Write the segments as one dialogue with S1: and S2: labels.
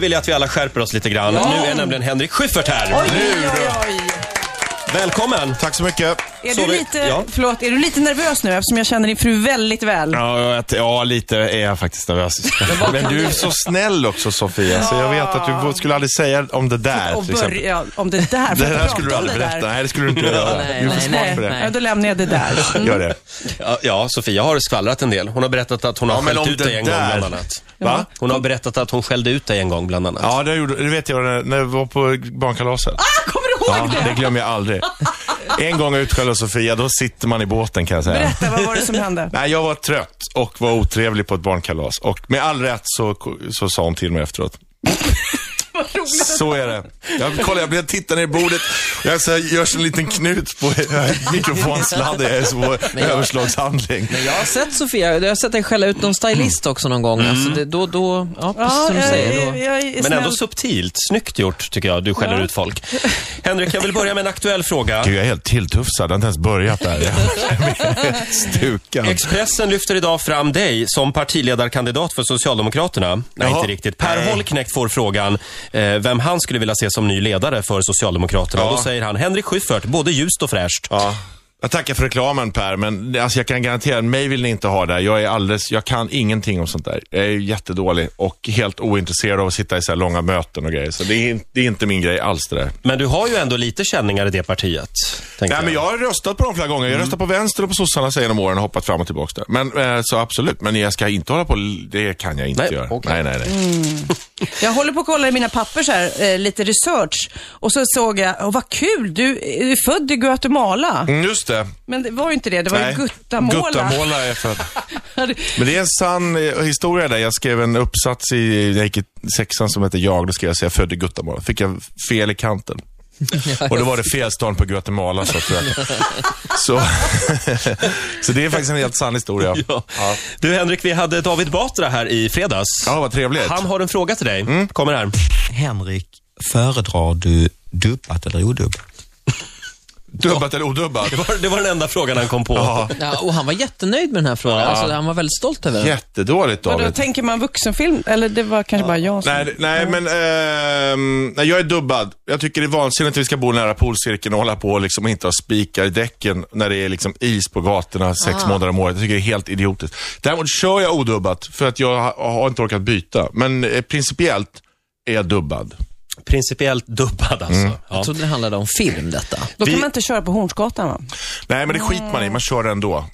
S1: vill jag att vi alla skärper oss lite grann.
S2: Ja.
S1: Nu är nämligen Henrik Schyffert här.
S2: Oj, oj, oj.
S1: Välkommen!
S3: Tack så mycket.
S2: Är
S1: Så
S2: du,
S1: vi-
S2: lite,
S1: ja.
S2: förlåt, är du lite nervös nu eftersom jag känner din fru väldigt väl?
S3: Ja, att- ja, lite är jag faktiskt nervös. Men du är så snäll också Sofia, så jag vet att du skulle aldrig säga om det där.
S2: och
S3: till exempel.
S2: börja om det där.
S3: Det
S2: får jag
S3: där
S2: prata
S3: skulle du
S2: om
S3: aldrig
S2: det där?
S3: berätta. Nej, det skulle du inte göra.
S4: Nej,
S3: Du är för
S4: nej,
S3: smart
S4: nej,
S3: för det.
S4: nej.
S2: Ja, då lämnar jag det där.
S3: Mm. Gör det.
S1: Ja, Ja, Sofia har skvallrat en del. Hon har berättat att hon har
S3: Ja, men
S1: skällt
S3: om
S1: ut dig
S3: det
S1: en gång
S3: där.
S1: bland annat.
S3: Va?
S1: Hon har berättat att hon skällde ut dig en gång bland annat.
S3: Ja, det, gjorde, det vet jag när, när jag var på barnkalaset.
S2: Ah, kommer du ihåg
S3: Ja,
S2: det?
S3: det glömmer jag aldrig. En gång utskälld av Sofia, då sitter man i båten kan jag säga.
S2: Berätta, vad var det som hände?
S3: Nej, jag var trött och var otrevlig på ett barnkalas. Och med all rätt så, så sa hon till mig efteråt. Så är det. Jag, kolla, jag blir titta ner i bordet. Jag så här, gör så en liten knut på mikrofonsladden. Jag är så på överslagshandling.
S4: Men jag har sett Sofia, jag har sett dig skälla ut någon stylist också någon gång. Alltså det, då, då, ja precis
S2: Ja,
S4: som du
S1: eh,
S2: jag,
S4: säger. Då.
S2: jag, jag är
S1: Men ändå
S2: snäll.
S1: subtilt. Snyggt gjort, tycker jag. Du skäller
S2: Ja.
S1: ut folk. Henrik, jag vill börja med en aktuell fråga.
S3: Gud, jag är helt tilltufsad. Jag har inte ens börjat där. Jag är Stukad.
S1: Expressen lyfter idag fram dig som partiledarkandidat för Socialdemokraterna. Nej,
S3: Jaha. Eh,
S1: inte riktigt. Per
S3: Nej.
S1: Holknekt får frågan eh, vem han skulle vilja se som ny ledare för Socialdemokraterna.
S3: Ja.
S1: Och då säger han Henrik Schyffert, både ljust och fräscht.
S3: Ja. Jag tackar för reklamen Per, men det- alltså, jag kan garantera, mig vill ni inte ha där. Jag är alldeles, jag kan ingenting om sånt där. Jag är jättedålig och helt ointresserad av att sitta i så här långa möten och grejer. Så det är, in- det är inte min grej alls det där.
S1: Men du har ju ändå lite känningar i det partiet. tänker
S3: Nej, men jag har röstat på dem flera gånger. Jag har röstat på vänster och på sossarna så genom åren och hoppat fram och tillbaka där. Men, eh, så absolut, men jag ska inte hålla på, det kan jag inte
S1: Nej,
S3: göra.
S1: okej.
S3: Nej, nej, nej.
S2: Jag håller på att kolla i mina papper så här, eh, lite research. Och så såg jag, åh vad kul, du är född i Guatemala.
S3: Mm, just det.
S2: Men det var ju inte det, det var
S3: Nej.
S2: ju Guatemola.
S3: Guttamåla är för... Men det är en sann eh, historia där. Jag skrev en uppsats i, när jag gick i sexan som hette Jag. Då skrev jag så jag födde i Guatemala. Fick jag fel i kanten. Och då var det fel stan på Guatemala så tror jag. Så, så det är faktiskt en helt sann historia.
S1: Ja. Du Henrik, vi hade David Batra här i fredags.
S3: Ja, vad trevligt.
S1: Han har en fråga till dig.
S3: Mm.
S1: Kommer här.
S5: Henrik, föredrar du dubbat eller odubbat?
S3: Dubbat eller odubbat?
S1: Det var, det var den enda frågan han kom på.
S3: Ja.
S4: Ja, och han var jättenöjd med den här frågan. Alltså, han var väldigt stolt över den.
S3: Jättedåligt
S2: Vadå,
S3: David.
S2: tänker man vuxenfilm? Eller det var kanske bara jag som...
S3: Nej, det- nej men ehm, nej, jag är dubbad. Jag tycker det är vansinnigt att vi ska bo nära polcirkeln och hålla på och liksom inte ha spikar i däcken när det är liksom is på gatorna sex månader om året. Jag tycker det är helt idiotiskt. Däremot kör jag odubbat för att jag har, har inte orkat byta. Men eh, principiellt är jag dubbad.
S1: Principiellt dubbad alltså.
S3: Mm.
S1: Ja.
S4: Jag trodde det handlade om film detta.
S2: Då kan
S1: vi-
S2: man inte köra på Hornsgatan va?
S3: Nej, men det skiter man i. Man kör ändå.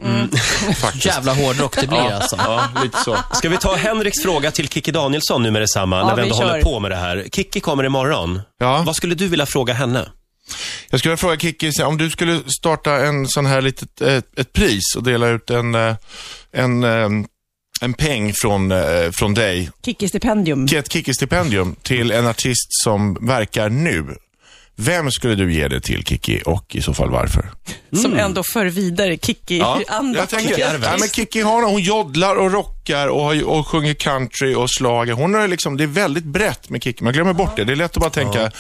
S3: Faktiskt.
S4: Jävla hårdrock det blir alltså.
S3: Ja, lite så.
S1: Ska vi ta Henriks fråga till Kikki Danielsson nu med detsamma, när vi
S2: vi
S1: ändå
S2: kör.
S1: håller på med det här. Kikki kommer imorgon.
S3: Ja.
S1: Vad skulle du vilja fråga henne?
S3: Jag skulle vilja fråga Kikki, så om du skulle starta en sån här litet, eh, ett pris och dela ut en, eh, en, eh, en peng från, eh, från dig
S2: Kikki-stipendium.
S3: ge ett Kikki-stipendium till en artist som verkar nu. Vem skulle du ge det till Kikki och i så fall varför?
S2: Som ändå för vidare Kikki-andan.
S3: Mm. jag tänker, ja, men Kikki har hon joddlar och rockar och, har- och sjunger country och slager. Hon har ju liksom, det är väldigt brett med Kikki. Man glömmer bort det. Det är lätt att bara tänka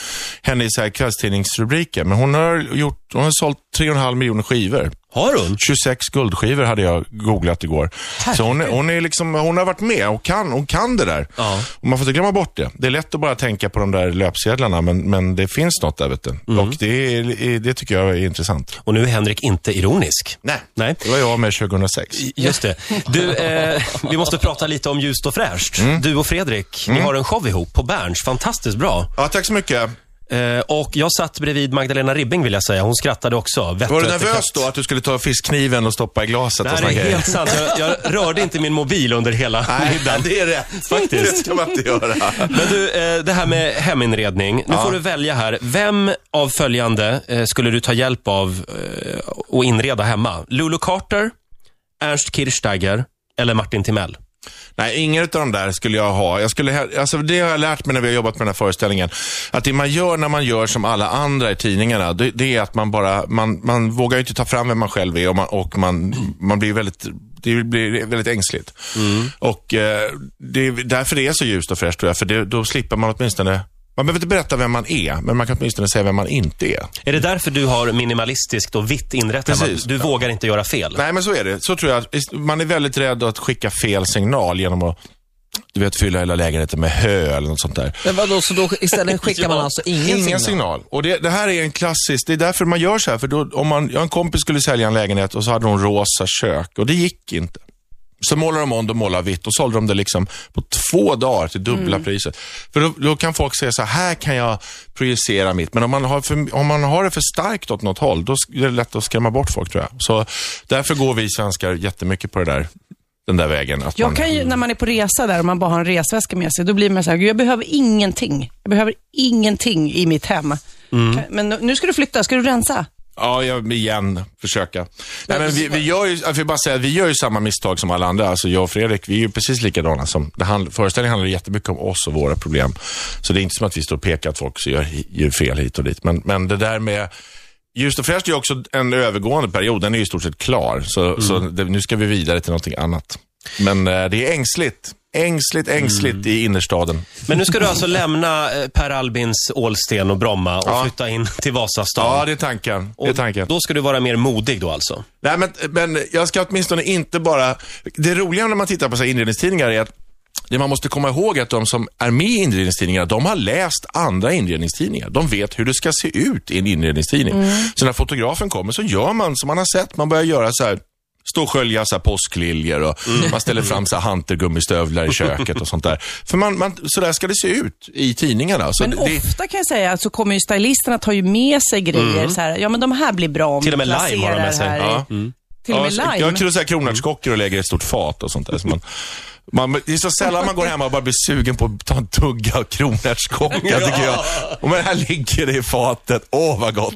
S3: henne i så här kvällstidningsrubriker. Men hon har, gjort, hon har sålt 3,5 miljoner skivor.
S1: Har hon?
S3: 26 guldskivor hade jag googlat igår. Så hon, är- hon, är liksom, hon har varit med och kan, hon kan det där.
S1: Ja.
S3: Och man får inte glömma bort det. Det är lätt att bara tänka på de där löpsedlarna, men, men det finns något där. Vet du.
S1: Mm.
S3: Och det, är, det tycker jag är intressant.
S1: Och nu är Henrik inte ironisk.
S3: Nej.
S1: Nej.
S3: Det var jag med 2006.
S1: Just det. Du, eh, vi måste prata lite om ljust och fräscht.
S3: Mm.
S1: Du och Fredrik, ni har en show ihop på Berns. Fantastiskt bra.
S3: Ja, tack så mycket.
S1: Eh, och jag satt bredvid Magdalena Ribbing vill jag säga. Hon skrattade också. Vett
S3: Var du
S1: och etikett.
S3: nervös då att du skulle ta fiskkniven och stoppa i glaset? och
S1: Det
S3: såna
S1: här är
S3: grejer?
S1: helt sant. Jag, jag rörde inte min mobil under hela middagen.
S3: det är rätt. Faktiskt. Det ska man inte göra.
S1: Men du, eh, det här med heminredning. Nu får du välja här. Vem av följande eh, skulle du ta hjälp av eh, och inreda hemma? Lulu Carter, Ernst Kirchsteiger eller Martin Timell?
S3: Nej, ingen av de där skulle jag ha. Jag skulle, hel- alltså det har jag lärt mig när vi har jobbat med den här föreställningen. Att det man gör när man gör som alla andra i tidningarna, det, det är att man bara, man, man vågar ju inte ta fram vem man själv är och man, och man, man blir väldigt det blir väldigt ängsligt. Och eh, det är därför det är så ljust och fräscht tror jag. För det, då slipper man åtminstone, man behöver inte berätta vem man är, men man kan åtminstone säga vem man inte är.
S1: Är det därför du har minimalistiskt och vitt inrett hemma?
S3: Precis.
S1: Du vågar inte göra fel?
S3: Nej, men så är det. Så tror jag. att- Man är väldigt rädd att skicka fel signal genom att du vet, fylla hela lägenheten med hö eller något sånt där.
S4: Men vadå, så då istället skickar man alltså ingen,
S3: Ingen
S4: signal?
S3: signal. Och det, det här är en klassisk, det är därför man gör så här. För då, om man, jag en kompis skulle sälja en lägenhet och så hade hon rosa kök och det gick inte. Så målade de om det och målade vitt och sålde de det liksom på två dagar till dubbla
S4: Mm.
S3: priset. För då, då kan folk säga så här, här kan jag projicera mitt. Men om man, har för, om man har det för starkt åt något håll, då sk- är det lätt att skrämma bort folk tror jag. Så därför går vi svenskar jättemycket på det där, den där vägen. Att man,
S2: Jag kan ju, när man är på resa där och man bara har en resväska med sig, då blir man så här, "Gud, jag behöver ingenting. Jag behöver ingenting i mitt hem.
S3: Mm.
S2: Kan- Men nu- nu ska du flytta, ska du rensa?
S3: Ja, jag, igen, försöka. Nej, men vi, vi, gör ju, jag vill bara säga, vi gör ju samma misstag som alla andra. Alltså jag och Fredrik, vi är ju precis likadana. Som, det handl, föreställningen handlar ju jättemycket om oss och våra problem. Så det är inte som att vi står och pekar att folk så gör, hi- gör fel hit och dit. Men, men det där med Ljust och fräscht är ju också en övergående period. Den är ju i stort sett klar. Så, så det, nu ska vi vidare till någonting annat. Men eh, det är ängsligt. Ängsligt, ängsligt i innerstaden.
S1: Men nu ska du alltså lämna eh, Per Albins Ålsten och Bromma och
S3: Ja.
S1: flytta in till Vasastan.
S3: Ja, det är tanken. Det är
S1: Och
S3: tanken.
S1: Då ska du vara mer modig då alltså?
S3: Nej, men, men jag ska åtminstone inte bara... Det roliga när man tittar på så här inredningstidningar är att det man måste komma ihåg är att de som är med i inredningstidningar, de har läst andra inredningstidningar. De vet hur det ska se ut i en inredningstidning.
S2: Mm.
S3: Så när fotografen kommer så gör man som man har sett. Man börjar göra så här, stå och skölja så här påskliljor och man ställer fram så här hantergummistövlar i köket och sånt där. För man, man, så där ska det se ut i tidningarna. Så
S2: Men
S3: det, det-
S2: ofta kan jag säga att så kommer ju stylisterna ta ju med sig grejer.
S3: Mm.
S2: Så här, ja, men de här blir bra om
S1: Till och med
S2: vi
S1: lime har de med
S2: placerar
S1: sig.
S2: här i-
S3: Ja. Mm.
S2: Till och med
S3: Ja,
S2: lime.
S3: Jag kunde säga kronärtskockor och lägger i ett stort fat och sånt där. Så man, man, det är så sällan man går hem och bara blir sugen på att ta en tugga av kronärtskocka, tycker jag. Och men här ligger det i fatet. Åh, vad gott.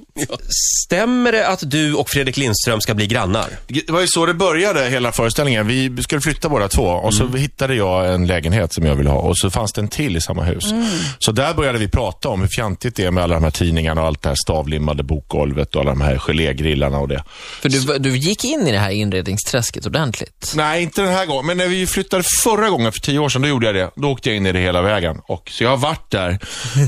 S1: Stämmer det att du och Fredrik Lindström ska bli grannar?
S3: Det var ju så det började, hela föreställningen. Vi skulle flytta båda två och så hittade jag en lägenhet som jag ville ha och så fanns det en till i samma hus. Så där började vi prata om hur fjantigt det är med alla de här tidningarna och allt det här stavlimmade bokgolvet och alla de här gelégrillarna och det.
S4: För du, du gick in i det här inredningsträsket ordentligt.
S3: Nej, inte den här gången. Men när vi flyttade förra gången, för tio år sedan, då gjorde jag det. Då åkte jag in i det hela vägen. Och, så jag har varit där,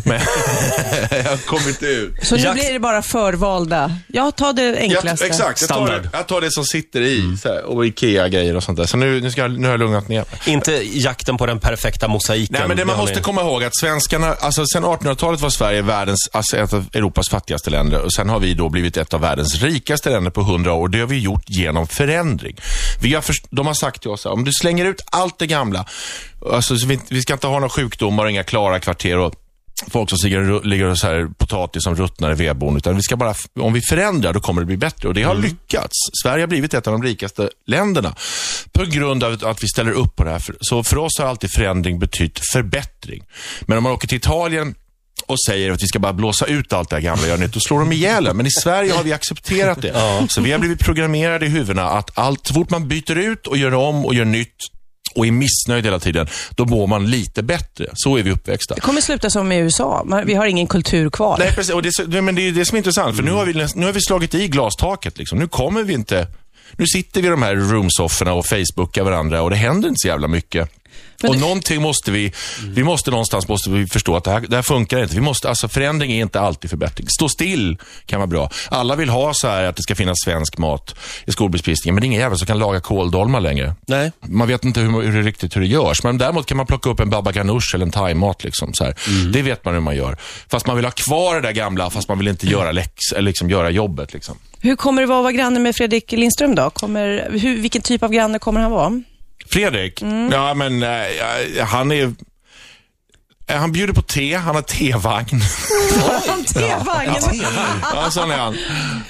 S3: men jag har kommit ut.
S2: Så nu
S1: Jakt-
S2: blir det bara förvalda. Ja, ta det
S3: Jag,
S2: enklaste.
S3: exakt, jag tar,
S1: Standard.
S3: det, jag tar det som sitter i. Så här, och Ikea-grejer och sånt där. Så nu, nu, ska jag, nu har jag lugnat ner mig.
S1: Inte jakten på den perfekta mosaiken.
S3: Nej, men det man
S1: har
S3: måste
S1: ni-
S3: komma ihåg att svenskarna, alltså sen 1800-talet var Sverige världens, alltså ett av Europas fattigaste länder och sen har vi då blivit ett av världens rikaste länder på 100 år. Det har vi gjort genom förändring. Vi har först, de har sagt till oss, så här, om du slänger ut allt det gamla, alltså så vi, vi ska inte ha några sjukdomar och inga klara kvarter och folk som ligger, ligger och så här, potatis som ruttnar i vedboden. Utan vi ska bara, om vi förändrar, då kommer det bli bättre. Och det har lyckats. Sverige har blivit ett av de rikaste länderna på grund av att vi ställer upp på det här. För- Så för oss har alltid förändring betytt förbättring. Men om man åker till Italien och säger att vi ska bara blåsa ut allt det här gamla och göra nytt, då slår de ihjäl en. Men i Sverige har vi accepterat det. Så vi har blivit programmerade i huvudena att allt, så fort man byter ut och gör om och gör nytt och är missnöjd hela tiden, då mår man lite bättre. Så är vi uppväxta.
S2: Det kommer sluta som i USA. Man- Vi har ingen kultur kvar.
S3: Nej, precis. Och det, är så- det- men det är ju det som är intressant, för nu, har vi, näst- nu har vi slagit i glastaket. Liksom. Nu kommer vi inte... Nu sitter vi i de här roomsofforna och facebookar varandra och det händer inte så jävla mycket. och någonting måste vi, vi måste någonstans måste vi förstå att det här, det här funkar inte. Vi måste, alltså förändring är inte alltid förbättring. Stå still kan vara bra. Alla vill ha så här att det ska finnas svensk mat i skolbespisningen, men det är ingen jävel som kan laga kåldolmar längre.
S1: Nej.
S3: Man vet inte hur, hur det riktigt hur det görs, men däremot kan man plocka upp en baba ganoush eller en thaimat. Liksom, så här. Det vet man hur man gör. Fast man vill ha kvar det där gamla, fast man vill inte göra, läx, eller liksom göra jobbet. Liksom.
S2: Hur kommer det vara att vara granne med Fredrik Lindström då? Kommer, hur, vilken typ av granne kommer han vara?
S3: Fredrik, ja, men, eh, ja, han är... eh, Han bjuder på te, han har tevagn.
S2: Han tevagnen.
S3: ja, sån är han.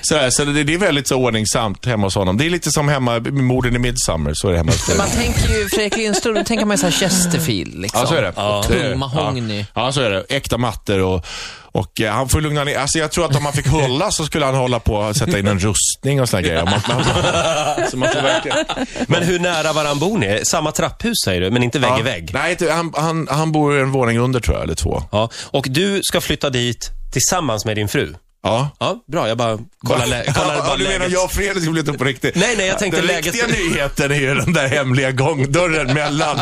S3: Så, här, så det, det är väldigt så ordningsamt hemma hos honom. Det är lite som hemma, morden i Midsummer, så är det hemma hos Fredrik.
S4: Man tänker ju, Fredrik Lindström, då tänker man ju såhär Chesterfield liksom.
S3: Ja, så är det.
S4: Och
S3: Det är det.
S4: tung mahogny.
S3: Ja. ja, så är det. Äkta mattor och, och eh, han får lugna ner. Alltså jag tror att om han fick hålla så skulle han hålla på att sätta in en rustning och såna grejer. Man, man, så man får verkligen...
S1: Men hur nära varann bor ni? Samma trapphus säger du, men inte vägg i
S3: Ja.
S1: vägg.
S3: Nej, inte- han, han, han bor en våning under tror jag, eller två.
S1: Ja. Och du ska flytta dit tillsammans med din fru.
S3: Ja.
S1: Ja, bra. Jag bara kollar, lä- kollar bara
S3: ja, du menar
S1: läget.
S3: jag och Fredrik skulle flytta på riktigt?
S1: Nej, nej, jag tänkte
S3: Den
S1: läget-
S3: riktiga nyheten är ju den där hemliga gångdörren mellan.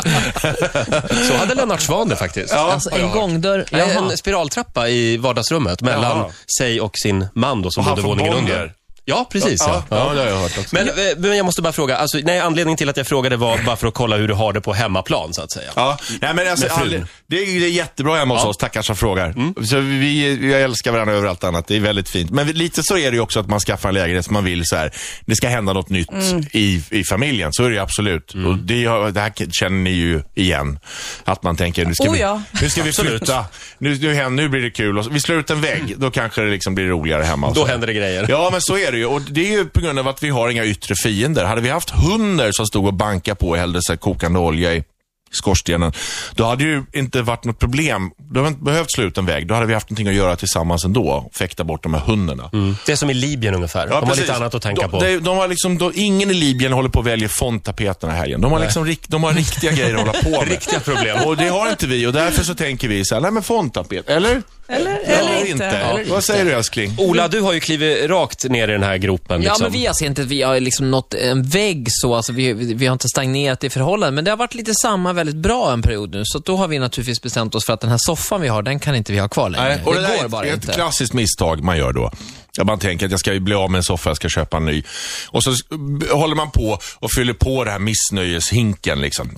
S1: Så hade Lennart Swahn det faktiskt.
S4: Alltså en gångdörr.
S1: Nej,
S4: Jaha.
S1: En spiraltrappa i vardagsrummet mellan
S3: Jaha.
S1: sig och sin man då, som
S3: Och han
S1: bodde
S3: får
S1: våningen
S3: Bonnier.
S1: under. Ja, precis. Ja.
S3: Ja, ja, det har jag hört också.
S1: Men, eh, men jag måste bara fråga, alltså, nej, anledningen till att jag frågade var bara för att kolla hur du har det på hemmaplan, så att säga.
S3: Ja, nej, men alltså,
S1: Med frun. Mm.
S3: all, det, är, det är jättebra hemma hos oss, tackar som frågar. Så vi, vi älskar varandra över allt annat, det är väldigt fint. Men vi- lite så är det ju också att man skaffar en lägenhet som man vill så här, det ska hända något nytt
S2: Mm.
S3: i, i familjen, så är det ju absolut.
S1: Mm.
S3: Och det, har- det här känner ni ju igen, att man tänker nu ska
S2: Oh,
S3: vi,
S2: ja.
S3: nu ska vi flytta, nu, nu, händer- nu blir det kul. Och så, vi slår ut en
S2: Mm.
S3: vägg, då kanske det liksom blir roligare hemma. och
S1: Då
S3: så.
S1: händer det grejer.
S3: Ja, men så är det ju. Och det är ju på grund av att vi har inga yttre fiender. Hade vi haft hundar som stod och bankade på och hällde så här kokande olja i skorstenen, då hade det ju inte varit något problem. Då hade vi inte behövt slå ut en väg. Då hade vi haft någonting att göra tillsammans ändå. Fäkta bort de här hundarna.
S1: Det är som i Libyen ungefär. Mm. De har
S3: precis.
S1: lite annat att tänka
S3: de,
S1: på.
S3: De, de har liksom, de, ingen i Libyen håller på att välja fondtapeterna här igen. De har, liksom, rik- de har riktiga grejer att hålla på med.
S1: Riktiga problem.
S3: Och det har inte vi och därför så tänker vi så här, nej men fondtapet, eller?
S2: Eller,
S3: Ja,
S2: eller inte.
S3: Vad säger du älskling?
S1: Ola, du har ju klivit rakt ner i den här gropen.
S4: Ja,
S1: Liksom.
S4: men vi har alltså inte, vi har liksom nått en vägg så, alltså vi, vi har inte stagnerat i förhållanden, men det har varit lite samma väldigt bra en period nu, så att då har vi naturligtvis bestämt oss för att den här soffan vi har, den kan inte vi ha kvar längre.
S3: Nej, och det, där
S4: går
S3: är ett,
S4: bara
S3: ett
S4: inte.
S3: klassiskt misstag man gör då. Ja, man tänker att jag ska ju bli av med en soffa, jag ska köpa en ny. Och så s- b- håller man på och fyller på den här missnöjeshinken. Liksom.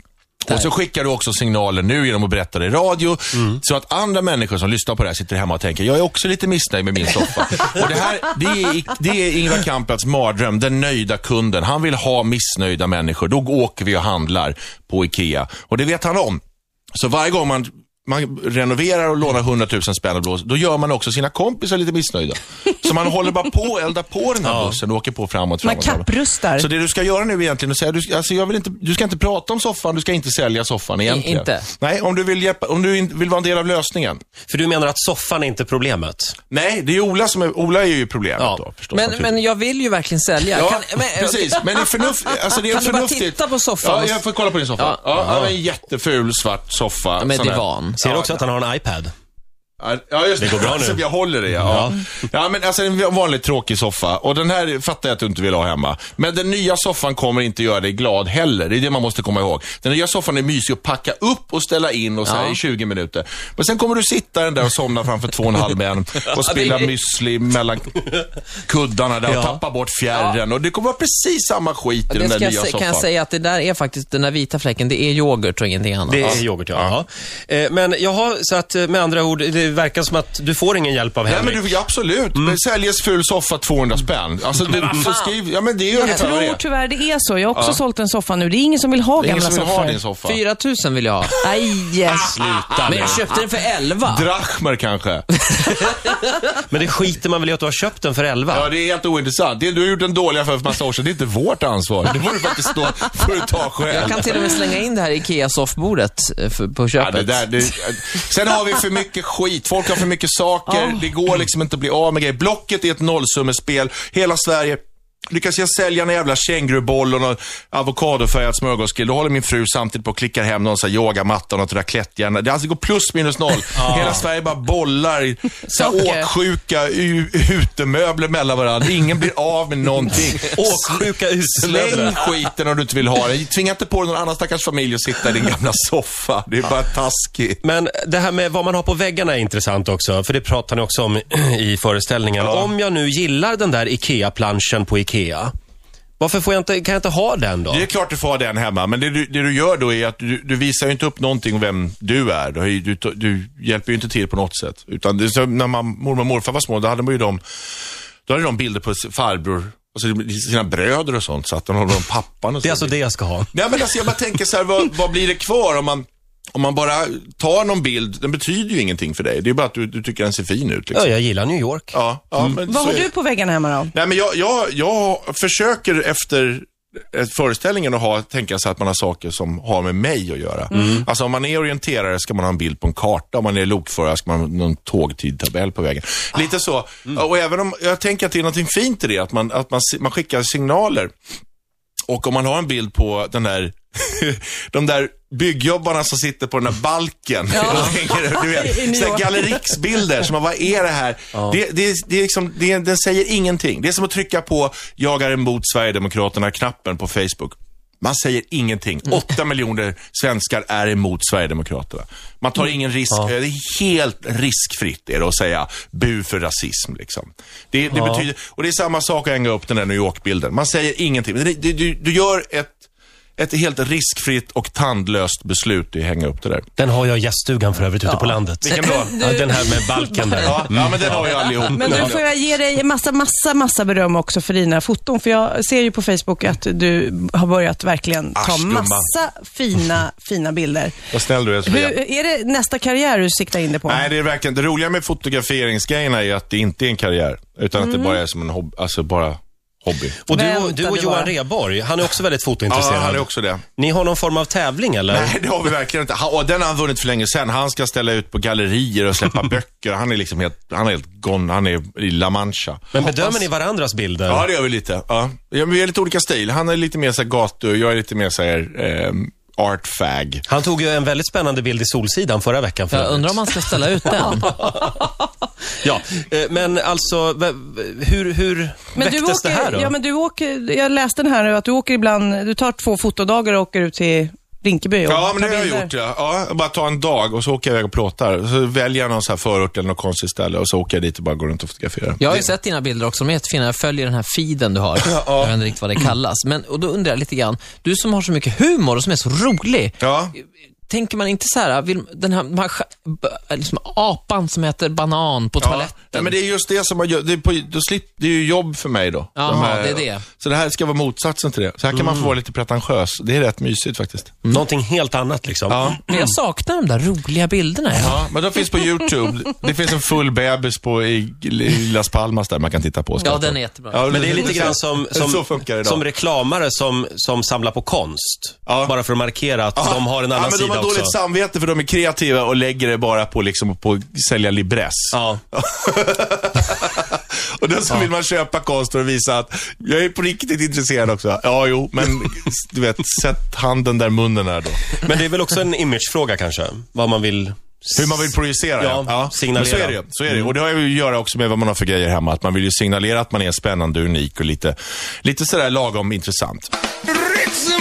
S3: Och så skickar du också signaler nu genom att berätta det i radio, så att andra människor som lyssnar på det här sitter hemma och tänker, jag är också lite missnöjd med min soffa. och det, här, det, är, det är Ingvar Kamprads mardröm, den nöjda kunden. Han vill ha missnöjda människor. Då åker vi och handlar på IKEA. Och det vet han om. Så varje gång man, man renoverar och lånar 100 000 spänn och blås, då gör man också sina kompisar lite missnöjda. Så man håller bara på och eldar på den här bussen och åker på framåt,
S2: Man
S3: framåt, framåt.
S2: kapprustar.
S3: alltså. Så det du ska göra nu egentligen är att säga, du, alltså jag vill inte, du ska inte prata om soffan, du ska inte sälja soffan egentligen.
S4: inte.
S3: Nej, om du, vill hjälpa, om du in, vill vara en del av lösningen.
S1: För du menar att soffan är inte problemet?
S3: Nej, det är Ola som är, Ola är ju problemet
S1: Ja.
S3: då förstås.
S4: Men,
S3: naturligtvis.
S4: men jag vill ju verkligen sälja.
S3: Ja,
S4: Kan- men-
S3: precis. Men det är förnuft, alltså det är
S4: Kan du bara
S3: förnuftigt.
S4: titta på soffan?
S3: Ja, jag får kolla på din soffa. Ja,
S4: Ja.
S3: ja, en jätteful svart soffa.
S4: Med
S3: sån här-
S4: divan.
S1: Ser du också att han har en iPad?
S3: Ja, Ja, just det.
S1: går bra
S3: alltså,
S1: nu.
S3: Jag håller det, ja. ja. Ja, men alltså en vanligt tråkig soffa. Och den här fattar jag att du inte vill ha hemma. Men den nya soffan kommer inte göra dig glad heller. Det är det man måste komma ihåg. Den nya soffan är mysig att packa upp och ställa in och så här i 20 minuter. Men sen kommer du sitta den där och somna framför två och en halv män och spilla müsli mellan kuddarna där och tappa bort fjärren. Och det kommer vara precis samma skit i
S4: Det
S3: den där
S4: ska jag,
S3: nya
S4: sä-
S3: soffan.
S4: kan jag säga att det där är faktiskt, den där vita fläcken, det är yoghurt och ingenting annat.
S1: Det är yoghurt, ja. ja. Eh, Men jaha, så att eh, med andra ord, det verkar som att du får ingen hjälp av
S3: Nej,
S1: Henrik.
S3: men du, ja, absolut.
S1: Mm.
S3: Men säljes ful soffa 200 spänn. Alltså, det, så skriv, ja, men det är ju
S2: Jag
S3: ungefär vad det
S2: tror
S3: är.
S2: tyvärr det är så. Jag har också sålt en soffa nu. Det är ingen som vill ha
S3: Det är ingen
S2: gamla
S3: som vill ha
S2: soffor.
S3: din soffa.
S4: 4000 vill jag ha.
S2: Nej, yes.
S1: Sluta
S4: Men
S1: nu.
S4: jag köpte den för 11.
S3: Drachmer kanske?
S1: Men det skiter man väl i att du har köpt den för 11?
S3: Ja, det är helt ointressant. Det du har gjort en dålig affär för massa år sedan, det är inte vårt ansvar. Det får du faktiskt stå, får du ta själv.
S4: Jag kan till och med slänga in det här IKEA-soffbordet eh, för- på
S3: Ja,
S4: köpet.
S3: det där, det, sen har vi för mycket skit. Folk har för mycket saker. Det går liksom inte att bli av med grejer. Blocket är ett nollsummespel. Hela Sverige Lyckas jag sälja en jävla känguruboll och någon avokadofärgad smörgåsgrill, då håller min fru samtidigt på och klickar hem någon sån här yogamatta och något raclettejärn. Det alltså går plus minus noll. Hela Sverige bara bollar i så här
S2: Socker.
S3: åksjuka u- utemöbler mellan varandra. Ingen blir av med någonting.
S1: Åksjuka
S3: Släng
S1: uslödder.
S3: skiten om du inte vill ha den. Tvinga inte på någon annan stackars familj att sitta i din gamla soffa. Det är bara taskigt.
S1: Men det här med vad man har på väggarna är intressant också, för det pratar ni också om i föreställningen. Om jag nu gillar den där IKEA-planschen på IKEA, varför får jag inte, kan jag inte ha den då?
S3: Det är klart du får ha den hemma, men det du, det du gör då är att du, du visar ju inte upp någonting om vem du är. Du, har ju- du, du hjälper ju inte till på något sätt. Utan det, så när man, mormor och morfar var små, då hade man ju de, då hade de bilder på s- farbror, alltså sina bröder och sånt, så att de har de pappan och
S1: Det är
S3: så.
S1: alltså det jag ska ha.
S3: Nej men alltså jag bara tänker så här, vad, vad blir det kvar om man, om man bara tar någon bild, den betyder ju ingenting för dig. Det är bara att du, du tycker den ser fin ut.
S1: Ja,
S3: Liksom.
S1: jag gillar New York.
S3: Ja, ja, men
S2: Vad
S3: så
S2: har
S3: är det.
S2: du på väggen hemma då?
S3: Nej, men jag, jag, jag försöker efter eh, föreställningen att ha, tänka sig att man har saker som har med mig att göra. Alltså om man är orienterare ska man ha en bild på en karta, om man är lokförare ska man ha någon tågtidtabell på vägen. Lite så. Och även om, jag tänker att det är något fint i det, att man, att man, si- man skickar signaler. Och om man har en bild på den där, de där byggjobbarna som sitter på den där balken. Och hänger, du vet,
S2: I New
S3: sådana
S2: York.
S3: galleriksbilder. Som man, vad är det här? Det, det, det är liksom, det, den säger ingenting. Det är som att trycka på jag är emot Sverigedemokraterna-knappen på Facebook. Man säger ingenting.
S2: Mm.
S3: Åtta miljoner svenskar är emot Sverigedemokraterna. Man
S2: Mm.
S3: tar ingen risk. eh, Det är helt riskfritt är det att säga bu för rasism. Liksom. Det, det betyder, och det är samma sak att hänga upp den där New York-bilden. Man säger ingenting. Men det- det- Du, du gör ett, ett helt riskfritt och tandlöst beslut i att hänga upp det där.
S1: Den har jag i gäststugan för övrigt ute på landet.
S3: Vilken bra.
S1: Ja, den här med balken där.
S3: Ja, ja men den har ju allihop.
S2: Men nu får jag ge dig massa, massa, massa beröm också för dina foton. För jag ser ju på Facebook att du har börjat verkligen ta
S3: Aschgumman.
S2: massa fina, fina bilder.
S3: Vad snäll du är Sofia.
S2: Hur, är det nästa karriär du siktar in dig på?
S3: Nej, det är verkligen. Det roliga med fotograferingsgrejerna är att det inte är en karriär. Utan
S2: Mm.
S3: att det bara är som en hobby. Alltså bara hobby.
S1: Och du och, du
S2: Vänta,
S1: och
S2: det
S1: Johan
S2: var-
S1: Rheborg, han är också väldigt
S3: Ja,
S1: fotointresserad.
S3: han är också det.
S1: Ni har någon form av tävling eller?
S3: Nej, det har vi verkligen inte. Han, och den har han vunnit för länge sedan. Han ska ställa ut på gallerier och släppa böcker. Han är liksom helt, han är helt gone. Han är i La Mancha.
S1: Men bedömer ni varandras bilder?
S3: Ja, det gör vi lite. Ja. Ja, men vi har lite olika stil. Han är lite mer så här gatu, jag är lite mer så här ehm, art fag.
S1: Han tog ju en väldigt spännande bild i Solsidan förra veckan. För
S4: Jag
S1: övrigt.
S4: undrar om man ska ställa ut den.
S1: Ja, eh, men alltså, v- v- hur, hur
S2: Men du
S1: väcktes
S2: åker,
S1: det här då?
S2: Ja, men du åker, jag läste den här nu att du åker ibland, du tar två fotodagar och åker ut till Rinkeby och
S3: Ja, men det
S2: tar
S3: har jag
S2: bilder.
S3: gjort. Ja. Ja, bara ta en dag och så åker jag iväg och plåtar. Så väljer jag någon så här förort eller något konstigt ställe och så åker jag dit och bara går runt och fotograferar.
S4: Jag har ju sett dina bilder också, de är jättefina. Jag följer den här feeden du har. Jag vet inte riktigt vad det kallas. Men, och då undrar jag lite grann, du som har så mycket humor och som är så rolig.
S3: Ja.
S4: Tänker man inte så här, vill, den här man, liksom apan som äter banan på
S3: Ja.
S4: toaletten?
S3: Nej, men det är just det som man gör. Det är, på, då slip, det är ju jobb för mig då.
S4: Jaha,
S3: De här-
S4: det är det.
S3: Så det Mm. här ska vara motsatsen till det. Så här kan man få vara lite pretentiös. Det är rätt mysigt faktiskt.
S1: Någonting helt annat liksom.
S3: Ja.
S4: Men jag saknar de där roliga bilderna. Ja.
S3: Ja, men de finns på YouTube. Det finns en full bebis på i, i Las Palmas där man kan titta på.
S4: Ja, den är jättebra.
S1: Men det är lite grann som, som,
S3: så funkar det idag.
S1: som reklamare som, som samlar på konst.
S3: Ja.
S1: Bara för att markera att de har en annan
S3: ja, men
S1: sida
S3: De har
S1: också.
S3: dåligt samvete för de är kreativa och lägger det bara på, liksom, på sälja libress.
S1: Ja.
S3: och då så vill man köpa konst och visa att jag är på riktigt intresserad också. Ja, jo, men du vet, sätt handen där munnen är då.
S1: Men det är väl också en imagefråga kanske? Vad man vill...
S3: Hur man vill projicera.
S1: Ja, signalera.
S3: Men så är det ju. Så är det. ju. Och det har ju att göra också med vad man har för grejer hemma. Att man vill ju signalera att man är spännande, unik och lite, lite sådär lagom intressant. Ritzy!